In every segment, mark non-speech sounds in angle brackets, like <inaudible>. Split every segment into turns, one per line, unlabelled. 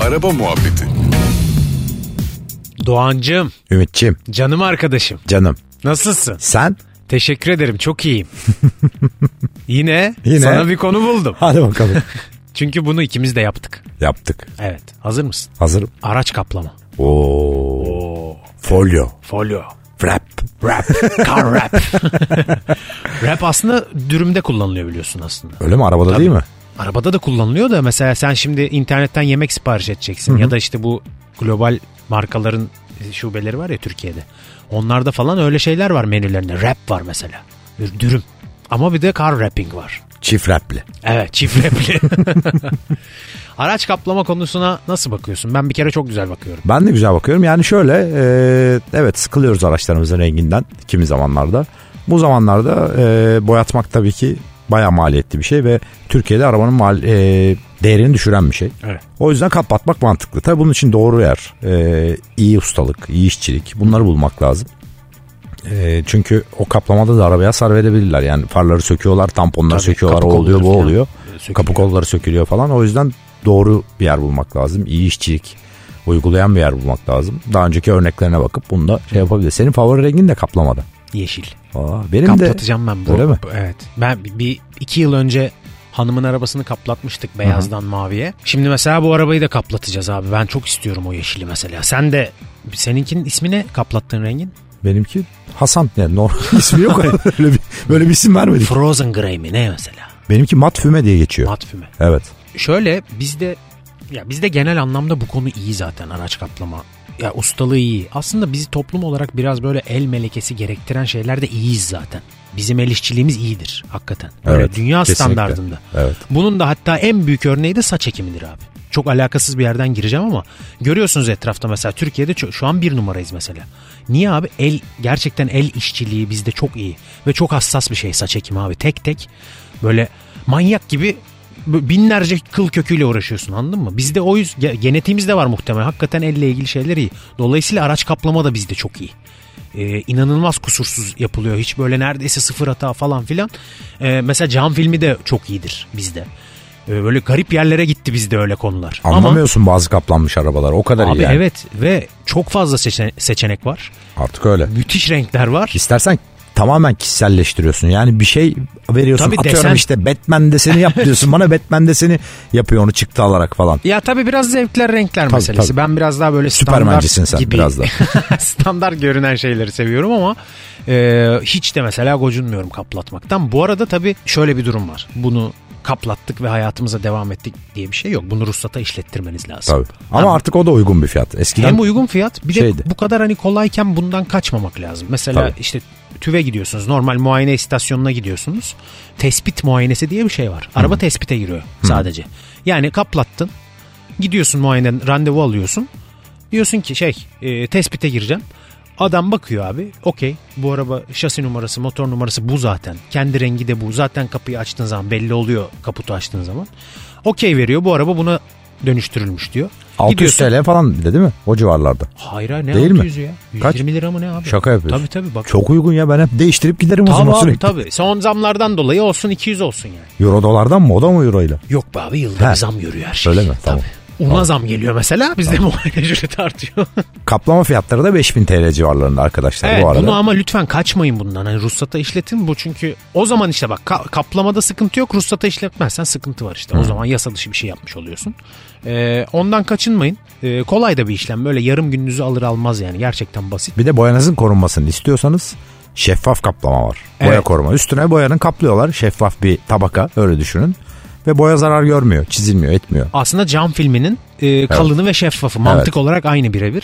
Araba muhabbeti.
Doğancığım,
Ümitçim
canım arkadaşım.
canım
Nasılsın?
sen
Teşekkür ederim, çok iyiyim. Yine,
Yine.
sana bir konu buldum.
hadi bakalım
Çünkü bunu ikimiz de yaptık.
<laughs> yaptık
Evet, hazır mısın?
hazırım.
Araç kaplama.
Oo.
Oo,
Folyo.
folyo.
Rap. <laughs>
Rap, car <laughs> rap. rap aslında dürümde kullanılıyor biliyorsun aslında.
Öyle mi arabada değil mi?
Arabada da kullanılıyor da mesela sen şimdi internetten yemek sipariş edeceksin ya da işte bu global markaların e, şubeleri var ya Türkiye'de. Onlarda falan öyle şeyler var menülerinde. Rap var mesela. Bir dürüm. Ama bir de car wrapping var.
Çift rapli.
Evet çift rapli. <laughs> Araç kaplama konusuna nasıl bakıyorsun? Ben bir kere çok güzel bakıyorum.
Ben de güzel bakıyorum. Yani şöyle e, evet sıkılıyoruz araçlarımızın renginden kimi zamanlarda. Bu zamanlarda e, boyatmak tabii ki bayağı maliyetli bir şey ve Türkiye'de arabanın mal, e, değerini düşüren bir şey.
Evet.
O yüzden kapatmak mantıklı. Tabii bunun için doğru yer, e, iyi ustalık, iyi işçilik bunları bulmak lazım. E, çünkü o kaplamada da arabaya hasar verebilirler. Yani farları söküyorlar, tamponları
Tabii,
söküyorlar,
kapı
o oluyor, bu
kolları falan Ee,
oluyor.
sökülüyor.
Kapı kolları sökülüyor falan. O yüzden doğru bir yer bulmak lazım. İyi işçilik uygulayan bir yer bulmak lazım. Daha önceki örneklerine bakıp bunu da şey yapabilir. Senin favori rengin de kaplamada.
Yeşil.
Aa, benim de
Kaplatacağım ben bu.
Öyle mi?
bu- Evet. Ben bi- bir iki yıl önce hanımın arabasını kaplatmıştık beyazdan maviye. Şimdi mesela bu arabayı da kaplatacağız abi. Ben çok istiyorum o yeşili mesela. Sen de seninkinin ismi ne kaplattığın rengin?
benimki Hasan. Yani
<laughs>
normal ismi yok. böyle, bir, böyle bir isim vermedik.
Frozen Grey mi ne mesela?
Benimki mat füme diye geçiyor.
Mat füme.
Evet.
Şöyle bizde ya bizde genel anlamda bu konu iyi zaten araç kaplama. Ya ustalığı iyi. Aslında biz toplum olarak biraz böyle el melekesi gerektiren şeylerde iyiyiz zaten. Bizim el işçiliğimiz iyidir hakikaten. Böyle
Evet,
dünya
kesinlikle.
standartında.
Evet.
Bunun da hatta en büyük örneği de saç ekimidir abi. Çok alakasız bir yerden gireceğim ama görüyorsunuz etrafta mesela Türkiye'de ço- şu an bir numarayız mesela. Niye abi? El gerçekten el işçiliği bizde çok iyi ve çok hassas bir şey saç ekimi abi. Tek tek böyle manyak gibi b- binlerce kıl köküyle uğraşıyorsun anladın mı? Bizde o yüz ge- genetiğimizde var muhtemelen. Hakikaten elle ilgili şeyler iyi. Dolayısıyla araç kaplama da bizde çok iyi. Ee, inanılmaz kusursuz yapılıyor. Hiç böyle neredeyse sıfır hata falan filan. Ee, mesela cam filmi de çok iyidir bizde. Ee, böyle garip yerlere gitti bizde öyle konular. Ama-
Anlamıyorsun bazı kaplanmış arabalar. O kadar
Abi
iyi yani.
evet ve çok fazla seçen- seçenek var.
Artık öyle.
Müthiş renkler var.
İstersen tamamen kişiselleştiriyorsun. Yani bir şey veriyorsun.
Tabii
Atıyorum
desen-
işte Batman deseni yap diyorsun. Bana Batman deseni yapıyor onu çıktı alarak falan.
Ya tabii biraz zevkler renkler
Tabii,
meselesi.
tabii.
Ben biraz daha böyle standart
Süpermencisin sen
gibi
biraz da.
<laughs> standart görünen şeyleri seviyorum ama e, hiç de mesela gocunmuyorum kaplatmaktan. Bu arada tabii şöyle bir durum var. Bunu kaplattık ve hayatımıza devam ettik diye bir şey yok. Bunu ruhsata işlettirmeniz lazım.
Tabii. Ama artık o da uygun bir fiyat. Eskiden
Hem uygun fiyat bir
Şeydi.
de bu kadar hani kolayken bundan kaçmamak lazım. Mesela
Tabii.
işte tüve gidiyorsunuz. Normal muayene istasyonuna gidiyorsunuz. Tespit muayenesi diye bir şey var. Araba tespite giriyor sadece. Yani kaplattın. Gidiyorsun muayene randevu alıyorsun. Diyorsun ki şey e, tespite gireceğim. Adam bakıyor abi. Okey bu araba şasi numarası motor numarası bu zaten. Kendi rengi de bu. Zaten kapıyı açtığın zaman belli oluyor kaputu açtığın zaman. Okey veriyor bu araba buna dönüştürülmüş diyor.
600
Gidiyorsun-
TL falan dedi değil mi? O civarlarda.
Hayır hayır, ne
Değil mi?
600 ya? 120
Kaç?
lira mı ne abi?
Şaka yapıyorsun.
Tabii tabii bak.
Çok uygun ya ben hep değiştirip giderim o zaman
Tamam abi
sürekli.
tabii. Son zamlardan dolayı olsun 200 olsun yani.
Euro dolardan mı o da mı euro ile?
Yok be abi yılda
He.
bir zam görüyor her şey.
Öyle mi? Tamam.
Tabii. Una zam geliyor mesela bizde muayene ücreti
<laughs>
artıyor.
Kaplama fiyatları da 5000 TL civarlarında arkadaşlar
evet
bu arada.
bunu ama lütfen kaçmayın bundan. Hani ruhsata işletin bu çünkü o zaman işte bak ka- kaplamada sıkıntı yok ruhsata işletmezsen sıkıntı var işte. O zaman yasa dışı bir şey yapmış oluyorsun. Ee, ondan kaçınmayın. Ee, kolay da bir işlem böyle yarım gününüzü alır almaz yani gerçekten basit.
Bir de boyanızın korunmasını istiyorsanız şeffaf kaplama var. Boya
Evet.
koruma. Üstüne boyanın kaplıyorlar şeffaf bir tabaka öyle düşünün. Ve boya zarar görmüyor, çizilmiyor, etmiyor.
aslında cam filminin e, kalını ve şeffafı mantık olarak aynı birebir.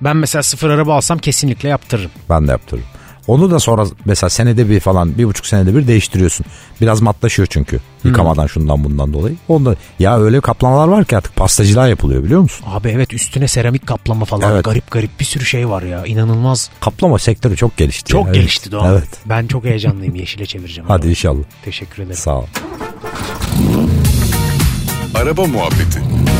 Ben mesela sıfır araba alsam kesinlikle yaptırırım.
Ben de yaptırırım. Onu da sonra mesela senede bir falan bir buçuk senede bir değiştiriyorsun. Biraz matlaşıyor çünkü
Hmm.
yıkamadan şundan bundan dolayı. Onda ya öyle kaplamalar var ki artık pastacılar yapılıyor biliyor musun?
Abi evet üstüne seramik kaplama falan
Evet.
garip garip bir sürü şey var ya inanılmaz.
Kaplama sektörü çok gelişti.
Çok
yani.
gelişti Doğan.
Evet.
Ben çok heyecanlıyım yeşile çevireceğim.
Hadi
arabayı.
inşallah.
Teşekkür ederim.
Sağ ol.
Araba muhabbeti.